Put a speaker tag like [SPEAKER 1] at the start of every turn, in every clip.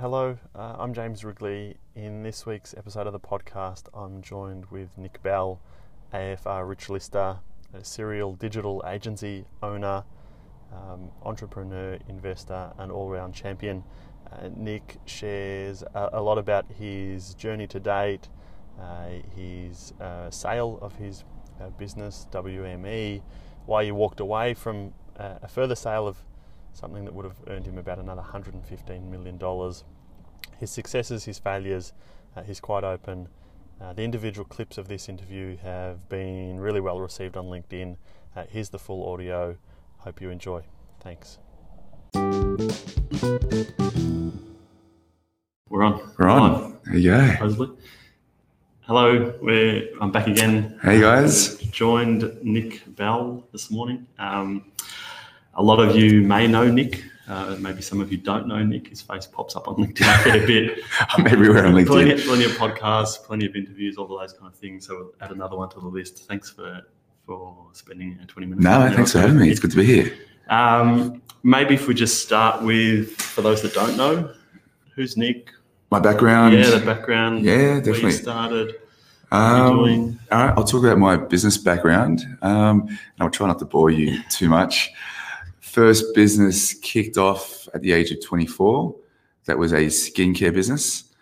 [SPEAKER 1] Hello, uh, I'm James Wrigley. In this week's episode of the podcast, I'm joined with Nick Bell, AFR Ritualista, a serial digital agency owner, um, entrepreneur, investor, and all round champion. Uh, Nick shares a, a lot about his journey to date, uh, his uh, sale of his uh, business, WME, why he walked away from uh, a further sale of something that would have earned him about another $115 million. His successes, his failures, uh, he's quite open. Uh, the individual clips of this interview have been really well received on LinkedIn. Uh, here's the full audio. Hope you enjoy. Thanks. We're on.
[SPEAKER 2] We're on. There you go.
[SPEAKER 1] Supposedly. Hello, we're, I'm back again.
[SPEAKER 2] Hey guys.
[SPEAKER 1] Joined Nick Bell this morning. Um, a lot of you may know Nick. Uh, maybe some of you don't know Nick. His face pops up on LinkedIn a fair bit.
[SPEAKER 2] I'm everywhere on
[SPEAKER 1] Plenty,
[SPEAKER 2] LinkedIn.
[SPEAKER 1] plenty of podcasts, plenty of interviews, all of those kind of things. So we'll add another one to the list. Thanks for for spending uh, 20 minutes.
[SPEAKER 2] No,
[SPEAKER 1] with
[SPEAKER 2] thanks for having me. It's good to be here.
[SPEAKER 1] Um, maybe if we just start with, for those that don't know, who's Nick?
[SPEAKER 2] My background.
[SPEAKER 1] yeah, the background.
[SPEAKER 2] Um, yeah,
[SPEAKER 1] Where
[SPEAKER 2] definitely.
[SPEAKER 1] you started.
[SPEAKER 2] Um,
[SPEAKER 1] What you're doing.
[SPEAKER 2] all right, I'll talk about my business background. Um, and I'll try not to bore you too much. First business kicked off at the age of 24. That was a skincare business.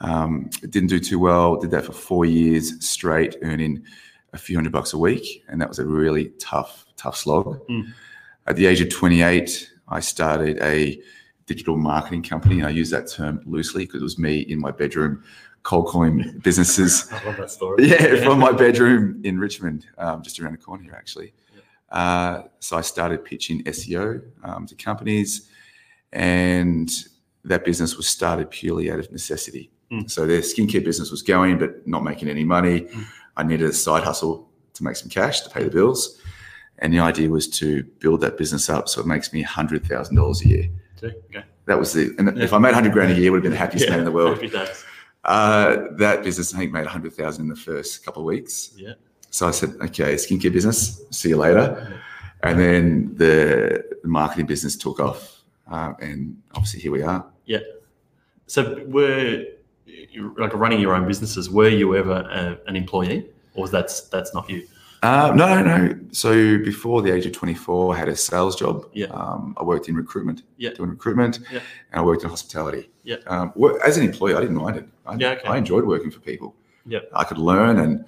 [SPEAKER 2] Um, it didn't do too well. Did that for four years straight, earning a few hundred bucks a week. And that was a really tough, tough slog.
[SPEAKER 1] Mm.
[SPEAKER 2] At the age of 28, I started a digital marketing company. And I use that term loosely because it was me in my bedroom cold calling businesses.
[SPEAKER 1] I love that story.
[SPEAKER 2] Yeah, from my bedroom in Richmond, um, just around the corner here, actually. Uh, so I started pitching SEO um, to companies, and that business was started purely out of necessity.
[SPEAKER 1] Mm.
[SPEAKER 2] So their skincare business was going, but not making any money. I needed a side hustle to make some cash to pay the bills. And the idea was to build that business up so it makes me $100,000 a year.
[SPEAKER 1] Okay.
[SPEAKER 2] That was the, and if I made 100 grand a year, it would have been the happiest man in the world.
[SPEAKER 1] Happy days.
[SPEAKER 2] Uh, that business, I think, made 100,000 in the first couple of weeks.
[SPEAKER 1] Yeah.
[SPEAKER 2] So I said, okay, skincare business, see you later. And then the, the marketing business took off. Um, and obviously, here we are.
[SPEAKER 1] So, were you- like running your own businesses? Were you ever a, an employee, or was that's that's not you?
[SPEAKER 2] Uh, no, no, no. So before the age of 24, I had a sales job.
[SPEAKER 1] Yeah.
[SPEAKER 2] Um, I worked in recruitment,
[SPEAKER 1] Yeah.
[SPEAKER 2] doing recruitment,
[SPEAKER 1] Yeah.
[SPEAKER 2] and I worked in hospitality.
[SPEAKER 1] Yeah.
[SPEAKER 2] Um, wo- as an employee, I didn't mind it. I,
[SPEAKER 1] Yeah, okay.
[SPEAKER 2] I enjoyed working for people.
[SPEAKER 1] Yeah.
[SPEAKER 2] I could learn, and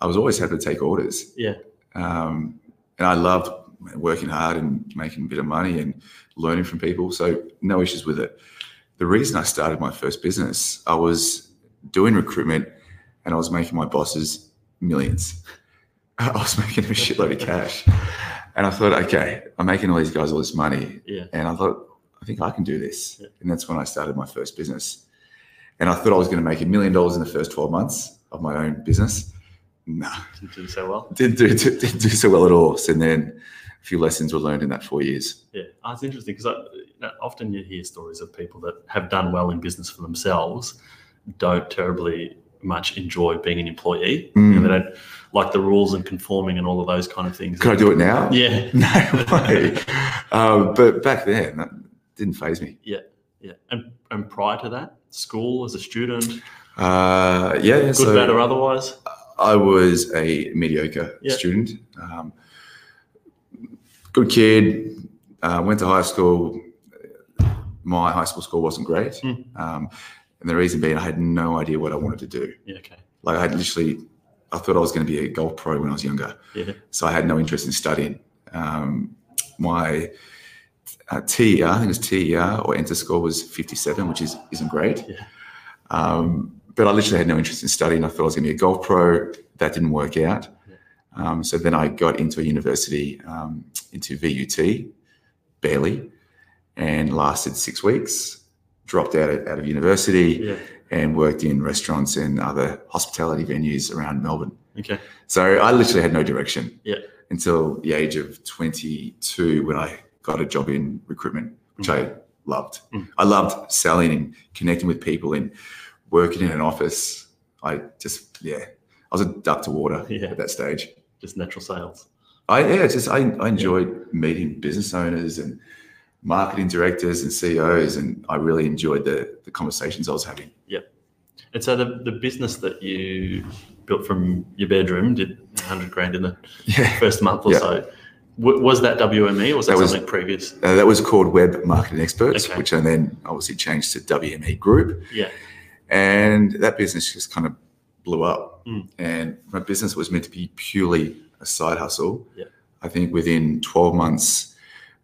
[SPEAKER 2] I was always happy to take orders.
[SPEAKER 1] Yeah.
[SPEAKER 2] Um, and I loved working hard and making a bit of money and learning from people. So no issues with it. The reason I started my first business, I was doing recruitment, and I was making my bosses millions. I was making them a shitload of cash. And I thought, okay, I'm making all these guys all this money.
[SPEAKER 1] Yeah.
[SPEAKER 2] And I thought, I think I can do this.
[SPEAKER 1] Yeah.
[SPEAKER 2] And that's when I started my first business. And I thought I was going to make a million dollars in the first 12 months of my own business. No,
[SPEAKER 1] Didn't do so well.
[SPEAKER 2] didn't do, didn't do so well at all. So then a few lessons were learned in that four years.
[SPEAKER 1] Yeah, oh, it's interesting because you know, often you hear stories of people that have done well in business for themselves, don't terribly much enjoy being an employee,
[SPEAKER 2] Mm.
[SPEAKER 1] and they don't like the rules and conforming and all of those kind of things.
[SPEAKER 2] Could I do it now?
[SPEAKER 1] Yeah,
[SPEAKER 2] No way. um, but back then, that didn't phase me.
[SPEAKER 1] yeah. And and prior to that, school as a student, good,
[SPEAKER 2] Uh, yeah. Good,
[SPEAKER 1] bad, or otherwise.
[SPEAKER 2] I was a mediocre
[SPEAKER 1] Yeah.
[SPEAKER 2] student. Um, good kid. Uh, went to high school. My high school score wasn't great.
[SPEAKER 1] Mm.
[SPEAKER 2] Um, and the reason being, I had no idea what I wanted to do.
[SPEAKER 1] Yeah, okay.
[SPEAKER 2] Like, I had literally, I thought I was going to be a golf pro when I was younger.
[SPEAKER 1] Yeah,
[SPEAKER 2] So I had no interest in studying. Um, my uh, TER, I think it was TER or enter score was 57, which is, isn't great.
[SPEAKER 1] Yeah.
[SPEAKER 2] Um, but I literally had no interest in studying. I thought I was going to be a golf pro. That didn't work out.
[SPEAKER 1] Yeah.
[SPEAKER 2] Um, so then I got into a university, um, into VUT, barely, and lasted six weeks. Dropped out of, out of university
[SPEAKER 1] yeah.
[SPEAKER 2] and worked in restaurants and other hospitality venues around Melbourne.
[SPEAKER 1] Okay.
[SPEAKER 2] So I literally had no direction.
[SPEAKER 1] Yeah.
[SPEAKER 2] Until the age of 22 when I got a job in recruitment, which I loved.
[SPEAKER 1] Mm.
[SPEAKER 2] I loved selling and connecting with people and working in an office. I just, yeah, I was a duck to water
[SPEAKER 1] Yeah.
[SPEAKER 2] at that stage.
[SPEAKER 1] Just natural sales.
[SPEAKER 2] I, yeah, it's just, I, I enjoyed meeting business owners and marketing directors and CEOs, and I really enjoyed the, the conversations I was having.
[SPEAKER 1] Yep. And so the, the business that you built from your bedroom did 100 grand in the
[SPEAKER 2] Yeah,
[SPEAKER 1] first month or
[SPEAKER 2] Yeah.
[SPEAKER 1] so. W- was that WME or was that,
[SPEAKER 2] That was-
[SPEAKER 1] something previous?
[SPEAKER 2] uh, that was called Web Marketing Experts,
[SPEAKER 1] Okay.
[SPEAKER 2] which I then obviously changed to WME Group,
[SPEAKER 1] Yeah.
[SPEAKER 2] and that business just kind of blew up.
[SPEAKER 1] Mm.
[SPEAKER 2] And my business was meant to be purely a side hustle.
[SPEAKER 1] Yeah.
[SPEAKER 2] I think within 12 months,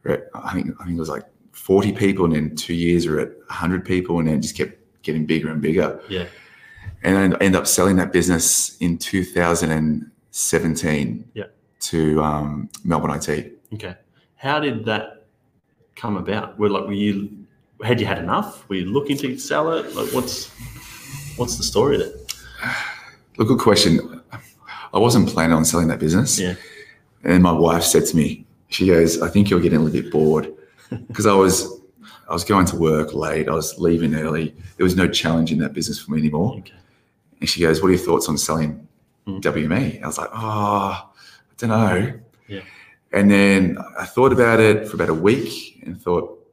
[SPEAKER 2] we're at- I think I think it was like 40 people, and in two years we're at 100 people, and then it just kept getting bigger and bigger.
[SPEAKER 1] Yeah.
[SPEAKER 2] and I ended up selling that business in 2017
[SPEAKER 1] Yeah.
[SPEAKER 2] to um, Melbourne IT.
[SPEAKER 1] Okay. How did that come about? Were like, were you, had you had enough? Were you looking to sell it? Like, what's, what's the story there?
[SPEAKER 2] Look, good question. I wasn't planning on selling that business.
[SPEAKER 1] Yeah.
[SPEAKER 2] And my wife said to me, she goes, I think you're getting a little bit bored because I was I was going to work late. I was leaving early. There was no challenge in that business for me anymore.
[SPEAKER 1] Okay.
[SPEAKER 2] And she goes, What are your thoughts on selling
[SPEAKER 1] Mm.
[SPEAKER 2] WME? I was like, Oh, I don't know.
[SPEAKER 1] Yeah.
[SPEAKER 2] And then I thought about it for about a week and thought,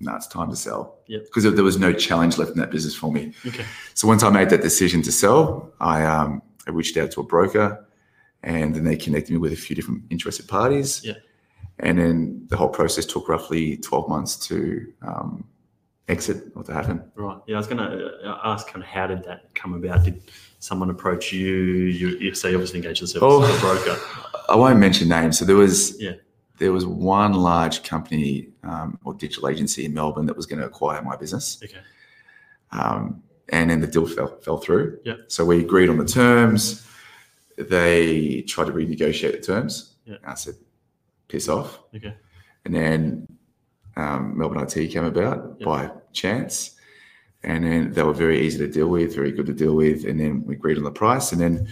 [SPEAKER 2] No, it's time to sell.
[SPEAKER 1] Yep.
[SPEAKER 2] Because there was no challenge left in that business for me.
[SPEAKER 1] Okay.
[SPEAKER 2] So once I made that decision to sell, I, um, I reached out to a broker and then they connected me with a few different interested parties.
[SPEAKER 1] Yeah.
[SPEAKER 2] And then the whole process took roughly 12 months to um, exit or to happen.
[SPEAKER 1] Right. Yeah, I was going to ask kind of how did that come about? Did someone approach you? You, you say you obviously engaged the service
[SPEAKER 2] Oh.
[SPEAKER 1] of a broker.
[SPEAKER 2] I won't mention names. So there was
[SPEAKER 1] Yeah.
[SPEAKER 2] there was one large company um, or digital agency in Melbourne that was going to acquire my business.
[SPEAKER 1] Okay.
[SPEAKER 2] Um, and then the deal fell, fell through.
[SPEAKER 1] Yeah.
[SPEAKER 2] So we agreed on the terms. They tried to renegotiate the terms.
[SPEAKER 1] Yeah.
[SPEAKER 2] I said, piss off.
[SPEAKER 1] Okay.
[SPEAKER 2] And then um, Melbourne IT came about
[SPEAKER 1] Yeah.
[SPEAKER 2] by chance. And then they were very easy to deal with, very good to deal with. And then we agreed on the price. And then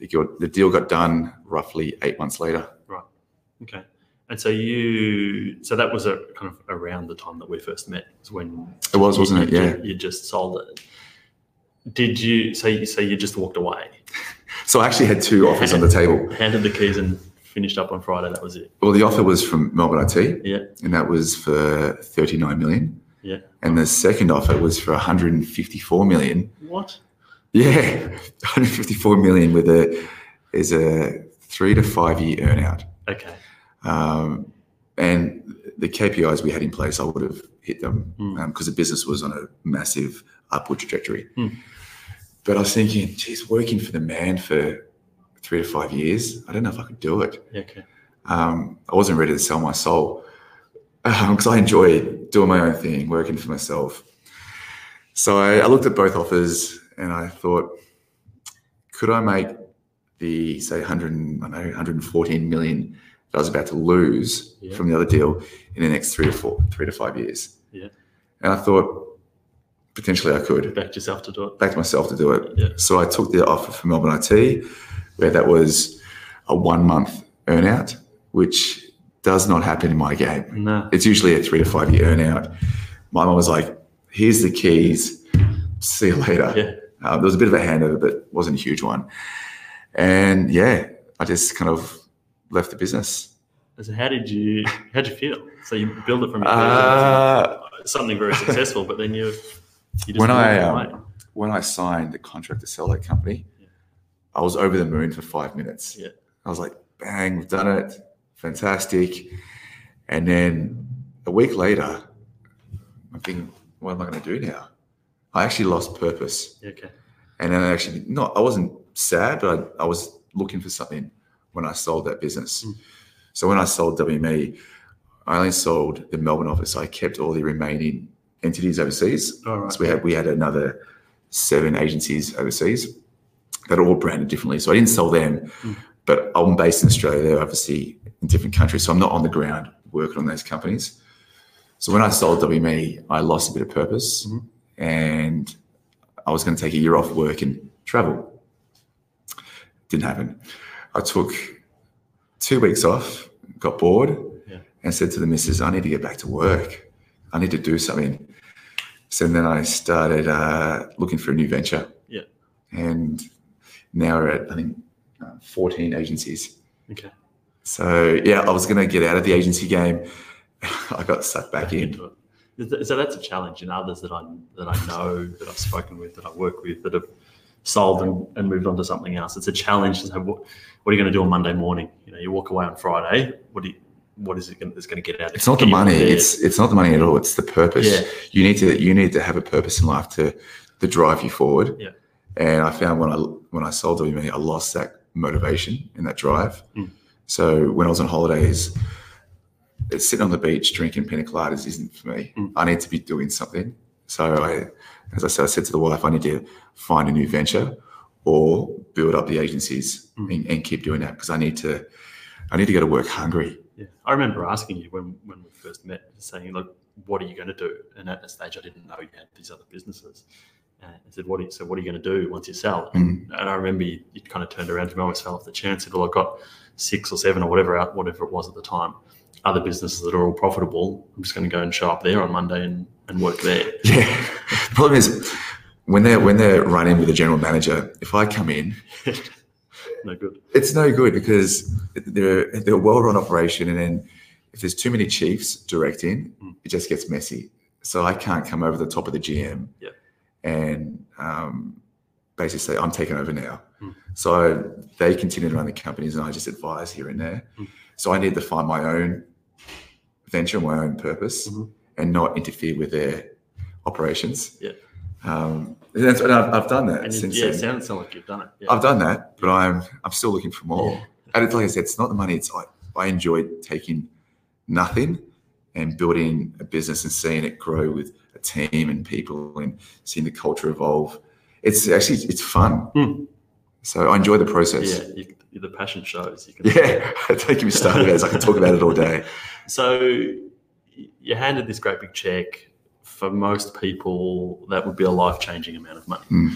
[SPEAKER 2] the deal- the deal got done roughly eight months later.
[SPEAKER 1] Okay. And so you, so that was a kind of around the time that we first met was when
[SPEAKER 2] It was, wasn't it?
[SPEAKER 1] you,
[SPEAKER 2] Yeah.
[SPEAKER 1] You, you just sold it. Did you, so you, so you just walked away,
[SPEAKER 2] So I actually had two offers on the table.
[SPEAKER 1] handed the keys and finished up on Friday. That was it.
[SPEAKER 2] Well, the offer was from Melbourne IT,
[SPEAKER 1] Yeah.
[SPEAKER 2] and that was for 39 million.
[SPEAKER 1] Yeah.
[SPEAKER 2] And the second offer was for 154 million.
[SPEAKER 1] What?
[SPEAKER 2] Yeah, 154 million with a is a three to five year earnout.
[SPEAKER 1] Okay.
[SPEAKER 2] Um, and the KPIs we had in place, I would have hit them because
[SPEAKER 1] Mm.
[SPEAKER 2] the business was on a massive upward trajectory.
[SPEAKER 1] Mm.
[SPEAKER 2] But I was thinking, geez, working for the man for three to five years, I don't know if I could do it.
[SPEAKER 1] Yeah, okay.
[SPEAKER 2] um, I wasn't ready to sell my soul because I enjoy doing my own thing, working for myself. So I, I looked at both offers and I thought, could I make the say 100, and- I don't know, 114 million that I was about to lose
[SPEAKER 1] Yeah.
[SPEAKER 2] from the other deal in the next three to four, three to five years?
[SPEAKER 1] Yeah.
[SPEAKER 2] And I thought potentially I could
[SPEAKER 1] Backed yourself to do it.
[SPEAKER 2] backed myself to do it.
[SPEAKER 1] Yeah.
[SPEAKER 2] So I took the offer from Melbourne IT, where that was a one month earnout, which does not happen in my game.
[SPEAKER 1] No.
[SPEAKER 2] It's usually a three to five year earnout. My mum was like, here's the keys, see you later.
[SPEAKER 1] Yeah.
[SPEAKER 2] Uh, there was a bit of a handover, but wasn't a huge one. And yeah, I just kind of left the business.
[SPEAKER 1] So how did you, how'd you feel? So you build it from your
[SPEAKER 2] Uh,
[SPEAKER 1] something very successful, but then you, you just
[SPEAKER 2] When
[SPEAKER 1] walk
[SPEAKER 2] I, um,
[SPEAKER 1] away.
[SPEAKER 2] when I signed the contract to sell that company,
[SPEAKER 1] Yeah.
[SPEAKER 2] I was over the moon for five minutes.
[SPEAKER 1] Yeah.
[SPEAKER 2] I was like, bang, we've done it. Fantastic. And then a week later, I'm thinking, what am I going to do now? I actually lost purpose.
[SPEAKER 1] Yeah, okay.
[SPEAKER 2] And then I actually, not, I wasn't sad, but I, I was looking for something when I sold that business.
[SPEAKER 1] Mm.
[SPEAKER 2] So when I sold WME, I only sold the Melbourne office. I kept all the remaining entities overseas.
[SPEAKER 1] All right.
[SPEAKER 2] So we had we had another seven agencies overseas that are all branded differently. So I didn't sell them,
[SPEAKER 1] Mm.
[SPEAKER 2] but I'm based in Australia. They're obviously in different countries, so I'm not on the ground working on those companies. So when I sold WME, I lost a bit of purpose,
[SPEAKER 1] Mhm.
[SPEAKER 2] and I was going to take a year off work and travel. Didn't happen. I took two weeks off, got bored,
[SPEAKER 1] Yeah.
[SPEAKER 2] and said to the missus, "I need to get back to work. I need to do something." So then I started uh, looking for a new venture.
[SPEAKER 1] Yeah.
[SPEAKER 2] And now we're at, I think, uh, 14 agencies.
[SPEAKER 1] Okay.
[SPEAKER 2] So yeah, I was going to get out of the agency game I got sucked back in.
[SPEAKER 1] into it. So that's a challenge, and others that I that I know, that I've spoken with, that I work with, that have solved and, and moved on to something else. It's a challenge to say, what, what are you going to do on Monday morning? You know, you walk away on Friday. What do you, what is it going, that's going to get out? of
[SPEAKER 2] It's not the
[SPEAKER 1] you
[SPEAKER 2] money.
[SPEAKER 1] prepared?
[SPEAKER 2] It's it's not the money at all. It's the purpose.
[SPEAKER 1] Yeah.
[SPEAKER 2] You need to you need to have a purpose in life to to drive you forward.
[SPEAKER 1] Yeah.
[SPEAKER 2] And I found when I when I sold WME, I lost that motivation and that drive.
[SPEAKER 1] Mm.
[SPEAKER 2] So when I was on holidays, it's sitting on the beach drinking pina coladas isn't for me.
[SPEAKER 1] Mm.
[SPEAKER 2] I need to be doing something. So I, as I said, I said to the wife, I need to find a new venture or build up the agencies
[SPEAKER 1] Mm.
[SPEAKER 2] and, and keep doing that because I need to I need to go to work hungry.
[SPEAKER 1] Yeah. I remember asking you when, when we first met, saying, look, what are you going to do? And at that stage, I didn't know you had these other businesses. And I said, what are you, so what are you going to do once you sell?
[SPEAKER 2] Mm.
[SPEAKER 1] And I remember you, you kind of turned around to me, I almost fell off the chair and said, well, I've got six or seven or whatever out, whatever it was at the time, other businesses that are all profitable. I'm just going to go and show up there on Monday and, and work there.
[SPEAKER 2] Yeah. Problem is when they're when they're running with a general manager, if I come in,
[SPEAKER 1] No good.
[SPEAKER 2] it's no good because they're they're a well-run operation, and then if there's too many chiefs directing,
[SPEAKER 1] Mm.
[SPEAKER 2] it just gets messy. So I can't come over the top of the GM
[SPEAKER 1] Yeah.
[SPEAKER 2] and um, basically say I'm taking over now.
[SPEAKER 1] Mm.
[SPEAKER 2] So they continue to run the companies, and I just advise here and there.
[SPEAKER 1] Mm.
[SPEAKER 2] So I need to find my own venture, my own purpose,
[SPEAKER 1] Mhm.
[SPEAKER 2] and not interfere with their operations.
[SPEAKER 1] Yeah.
[SPEAKER 2] Um, and that's, and I've, I've done that
[SPEAKER 1] And you,
[SPEAKER 2] since
[SPEAKER 1] yeah, it
[SPEAKER 2] then.
[SPEAKER 1] sounded sounded like you've done it. Yeah.
[SPEAKER 2] I've done that, but I'm I'm still looking for more.
[SPEAKER 1] Yeah.
[SPEAKER 2] And it's like I said, it's not the money. It's I, I enjoy taking nothing and building a business and seeing it grow with a team and people and seeing the culture evolve. It's actually it's fun.
[SPEAKER 1] Hmm.
[SPEAKER 2] So I enjoy the process.
[SPEAKER 1] yeah, you, the passion shows. You can
[SPEAKER 2] Yeah, take me started as I can talk about it all day.
[SPEAKER 1] So you handed this great big check. For most people, that would be a life changing amount of money.
[SPEAKER 2] Hmm.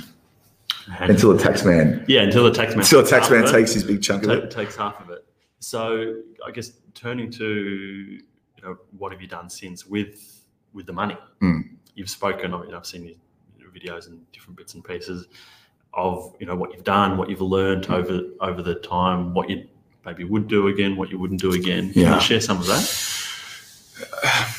[SPEAKER 1] And-
[SPEAKER 2] Until the tax man,
[SPEAKER 1] yeah, until the tax man.
[SPEAKER 2] until the
[SPEAKER 1] takes
[SPEAKER 2] tax
[SPEAKER 1] half of
[SPEAKER 2] man
[SPEAKER 1] it.
[SPEAKER 2] takes his big chunk of
[SPEAKER 1] Ta-
[SPEAKER 2] it.
[SPEAKER 1] takes half of it. So I guess turning to you know what have you done since with with the money?
[SPEAKER 2] Hmm.
[SPEAKER 1] You've spoken. I mean, I've seen your your videos and different bits and pieces of you know what you've done, what you've learned
[SPEAKER 2] Hmm.
[SPEAKER 1] over over the time, what you maybe would do again, what you wouldn't do again. Can
[SPEAKER 2] Yeah.
[SPEAKER 1] you share some of that?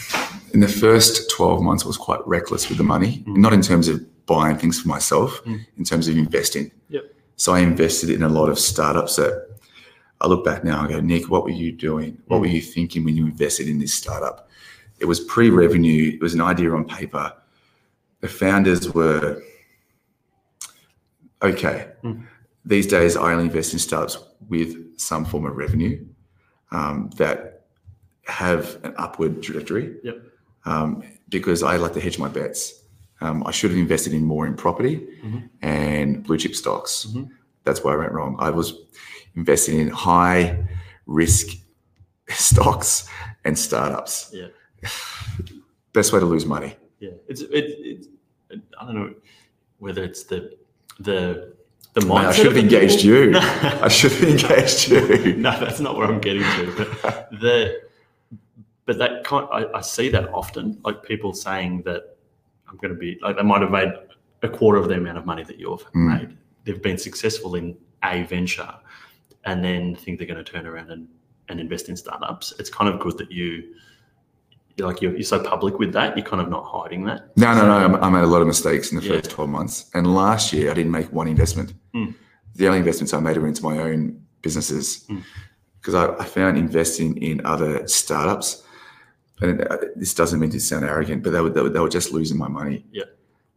[SPEAKER 2] in the first 12 months, I was quite reckless with the money,
[SPEAKER 1] Mm.
[SPEAKER 2] not in terms of buying things for myself,
[SPEAKER 1] Mm.
[SPEAKER 2] in terms of investing.
[SPEAKER 1] Yep.
[SPEAKER 2] So I invested in a lot of startups that I look back now and go, Nick, what were you doing? What
[SPEAKER 1] Mm.
[SPEAKER 2] were you thinking when you invested in this startup? It was pre revenue, it was an idea on paper. The founders were okay.
[SPEAKER 1] Mm.
[SPEAKER 2] These days, I only invest in startups with some form of revenue um, that have an upward trajectory um, because I like to hedge my bets. Um, I should have invested in more in property
[SPEAKER 1] Mhm.
[SPEAKER 2] and blue chip stocks.
[SPEAKER 1] Mhm.
[SPEAKER 2] That's where I went wrong. I was investing in high risk stocks and startups.
[SPEAKER 1] Yeah.
[SPEAKER 2] Best way to lose money.
[SPEAKER 1] Yeah, it's it, it's I don't know whether it's the the the mindset.
[SPEAKER 2] I should
[SPEAKER 1] of
[SPEAKER 2] have
[SPEAKER 1] the
[SPEAKER 2] engaged
[SPEAKER 1] people.
[SPEAKER 2] you.
[SPEAKER 1] No,
[SPEAKER 2] I should have engaged you.
[SPEAKER 1] no, that's not what I'm getting to. But the but that kind, I, I see that often, like people saying that I'm going to be like they might have made a quarter of the amount of money that you've
[SPEAKER 2] Mm.
[SPEAKER 1] made. They've been successful in a venture, and then think they're going to turn around and and invest in startups. It's kind of good that you. You're like you're, you're so public with that, you're kind of not hiding that.
[SPEAKER 2] No, no, no. I'm- I made a lot of mistakes in the
[SPEAKER 1] Yeah.
[SPEAKER 2] first 12 months. And last year, I didn't make one investment.
[SPEAKER 1] Mm.
[SPEAKER 2] The only investments I made were into my own businesses
[SPEAKER 1] Mm.
[SPEAKER 2] because I, I found investing in other startups, and uh, this doesn't mean to sound arrogant, but they were, they were, they were just losing my money.
[SPEAKER 1] Yeah.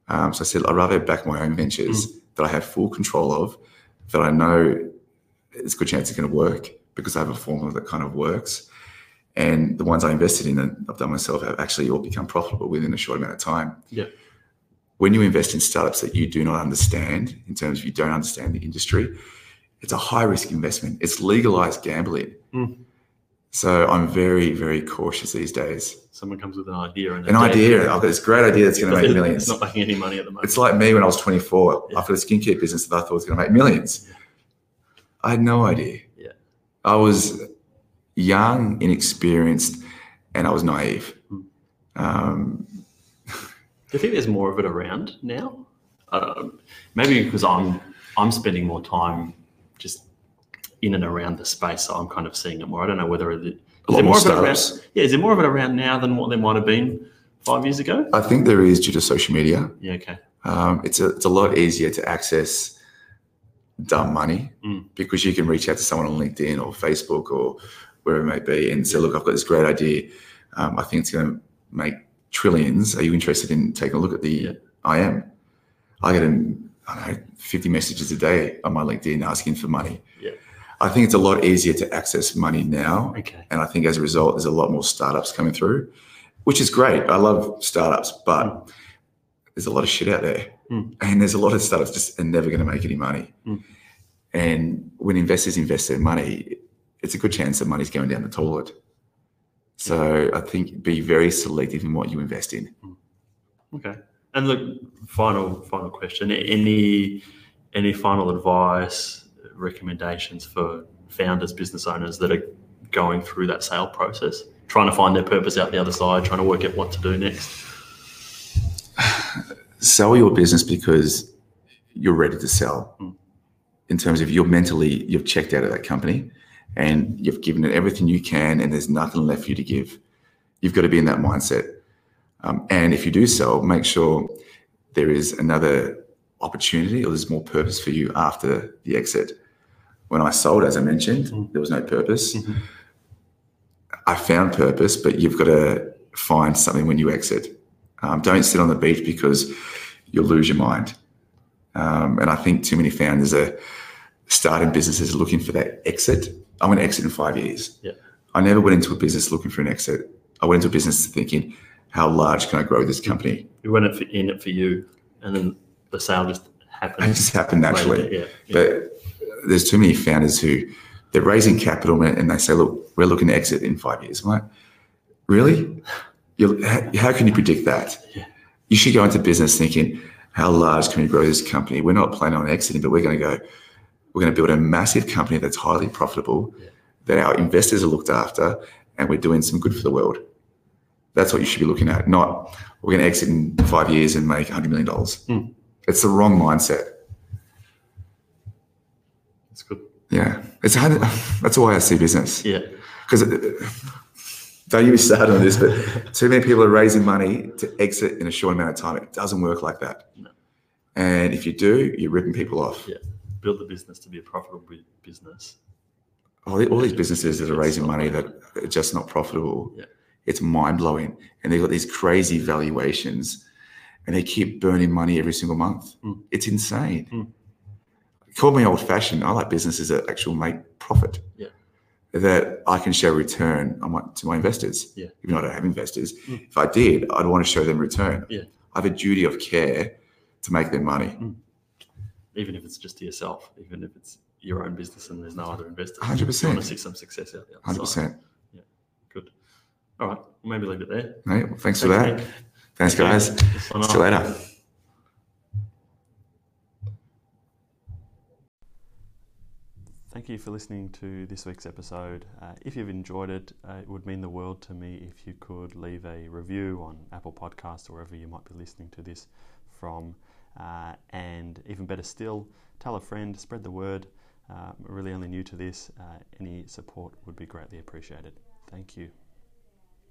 [SPEAKER 1] Hmm.
[SPEAKER 2] Um, so I said, I'd rather back my own ventures that I have full control of, that I know it's a good chance it's going to work because I have a formula that kind of works. And the ones I invested in and I've done myself have actually all become profitable within a short amount of time when you invest in startups that you do not understand, in terms of you don't understand the industry, it's a high risk investment. It's legalized gambling.
[SPEAKER 1] Mm.
[SPEAKER 2] So I'm very, very cautious these days.
[SPEAKER 1] Someone comes with an idea and
[SPEAKER 2] An
[SPEAKER 1] a-
[SPEAKER 2] idea, I've got this great idea that's going to make
[SPEAKER 1] It's
[SPEAKER 2] millions.
[SPEAKER 1] not making any money at the moment.
[SPEAKER 2] It's like me when I was 24.
[SPEAKER 1] Yeah.
[SPEAKER 2] I've got a skincare business that I thought was going to make millions. I had no idea.
[SPEAKER 1] Yeah.
[SPEAKER 2] I was young, inexperienced, and I was naive.
[SPEAKER 1] Mm.
[SPEAKER 2] Um,
[SPEAKER 1] Do you think there's more of it around now? I don't know. Maybe because I'm I'm spending more time just in and around the space, so I'm kind of seeing it more. I don't know whether it,
[SPEAKER 2] a
[SPEAKER 1] there
[SPEAKER 2] lot more
[SPEAKER 1] more of it around-
[SPEAKER 2] startups.
[SPEAKER 1] Yeah, is there more of it around now than what there might have been five years ago?
[SPEAKER 2] I think there is due to social media.
[SPEAKER 1] Yeah, okay.
[SPEAKER 2] Um, it's a, it's a lot easier to access dumb money
[SPEAKER 1] Mm.
[SPEAKER 2] because you can reach out to someone on LinkedIn or Facebook or wherever it may be and say, look, I've got this great idea. Um, I think it's going to make trillions. Are you interested in taking a look at the
[SPEAKER 1] Yeah.
[SPEAKER 2] I am? I get um, I don't know, 50 messages a day on my LinkedIn asking for money.
[SPEAKER 1] Yeah.
[SPEAKER 2] I think it's a lot easier to access money now
[SPEAKER 1] Okay.
[SPEAKER 2] and I think as a result, there's a lot more startups coming through, which is great. I love startups, but there's a lot of shit out there.
[SPEAKER 1] Mm.
[SPEAKER 2] And there's a lot of startups just are never going to make any money.
[SPEAKER 1] Mm.
[SPEAKER 2] And when investors invest their money, it's a good chance that money's going down the toilet. So I think be very selective in what you invest in.
[SPEAKER 1] Okay. And look, final final question. Any any final advice, recommendations for founders, business owners that are going through that sale process, trying to find their purpose out the other side, trying to work out what to do next?
[SPEAKER 2] sell your business because you're ready to sell
[SPEAKER 1] Mm.
[SPEAKER 2] in terms of you're mentally you've checked out of that company and you've given it everything you can and there's nothing left for you to give you've got to be in that mindset um, and if you do sell make sure there is another opportunity or there's more purpose for you after the exit when i sold as i mentioned
[SPEAKER 1] Mm.
[SPEAKER 2] there was no purpose
[SPEAKER 1] Mhm.
[SPEAKER 2] i found purpose but you've got to find something when you exit um, don't sit on the beach because you'll lose your mind. Um, and I think too many founders are starting businesses looking for that exit. I'm going to exit in five years.
[SPEAKER 1] Yeah.
[SPEAKER 2] I never went into a business looking for an exit. I went into a business thinking, how large can I grow this company?
[SPEAKER 1] You went it for, in it for you, and then the sale just
[SPEAKER 2] And it
[SPEAKER 1] happens.
[SPEAKER 2] just happened naturally.
[SPEAKER 1] later. Yeah. yeah.
[SPEAKER 2] But there's too many founders who they're raising capital and and they say, look, we're looking to exit in five years. I'm like, really? You, how, how can you predict that?
[SPEAKER 1] Yeah.
[SPEAKER 2] You should go into business thinking, how large can we grow this company? We're not planning on exiting, but we're going to go, we're going to build a massive company that's highly profitable,
[SPEAKER 1] Yeah.
[SPEAKER 2] that our investors are looked after, and we're doing some good for the world. That's what you should be looking at, not we're going to exit in five years and make $100 million.
[SPEAKER 1] Hmm.
[SPEAKER 2] It's the wrong mindset.
[SPEAKER 1] That's good.
[SPEAKER 2] Yeah, it's a hundred, that's why I see business
[SPEAKER 1] Yeah.
[SPEAKER 2] because don't get me started on this, but too many people are raising money to exit in a short amount of time. It doesn't work like that.
[SPEAKER 1] No.
[SPEAKER 2] And if you do, you're ripping people off.
[SPEAKER 1] Yeah. Build the business to be a profitable bu- business.
[SPEAKER 2] All, the- all these
[SPEAKER 1] Yeah.
[SPEAKER 2] businesses that are
[SPEAKER 1] It's
[SPEAKER 2] raising
[SPEAKER 1] not
[SPEAKER 2] money that
[SPEAKER 1] working.
[SPEAKER 2] are just not profitable,
[SPEAKER 1] Yeah.
[SPEAKER 2] it's mind blowing. And they've got these crazy valuations and they keep burning money every single month.
[SPEAKER 1] Mm.
[SPEAKER 2] It's insane.
[SPEAKER 1] Mm.
[SPEAKER 2] Call me old fashioned. I like businesses that actually make profit.
[SPEAKER 1] Yeah.
[SPEAKER 2] That I can show return on my, to my investors.
[SPEAKER 1] Yeah.
[SPEAKER 2] Even though I don't have investors.
[SPEAKER 1] Mm.
[SPEAKER 2] If I did, I'd want to show them return.
[SPEAKER 1] Yeah.
[SPEAKER 2] I have a duty of care to make their money.
[SPEAKER 1] even if it's just to yourself, even if it's your own business and there's no other investors.
[SPEAKER 2] 100%.
[SPEAKER 1] You want to see some success out there.
[SPEAKER 2] 100%.
[SPEAKER 1] Good. All right. We'll maybe leave it there.
[SPEAKER 2] Mate, well, thanks for that. Thanks, guys. See you later.
[SPEAKER 3] Thank you for listening to this week's episode. Uh, if you've enjoyed it, uh, it would mean the world to me if you could leave a review on Apple Podcasts or wherever you might be listening to this from. Uh, and even better still, tell a friend, spread the word. Uh, we're really only new to this. Uh, any support would be greatly appreciated. Thank you.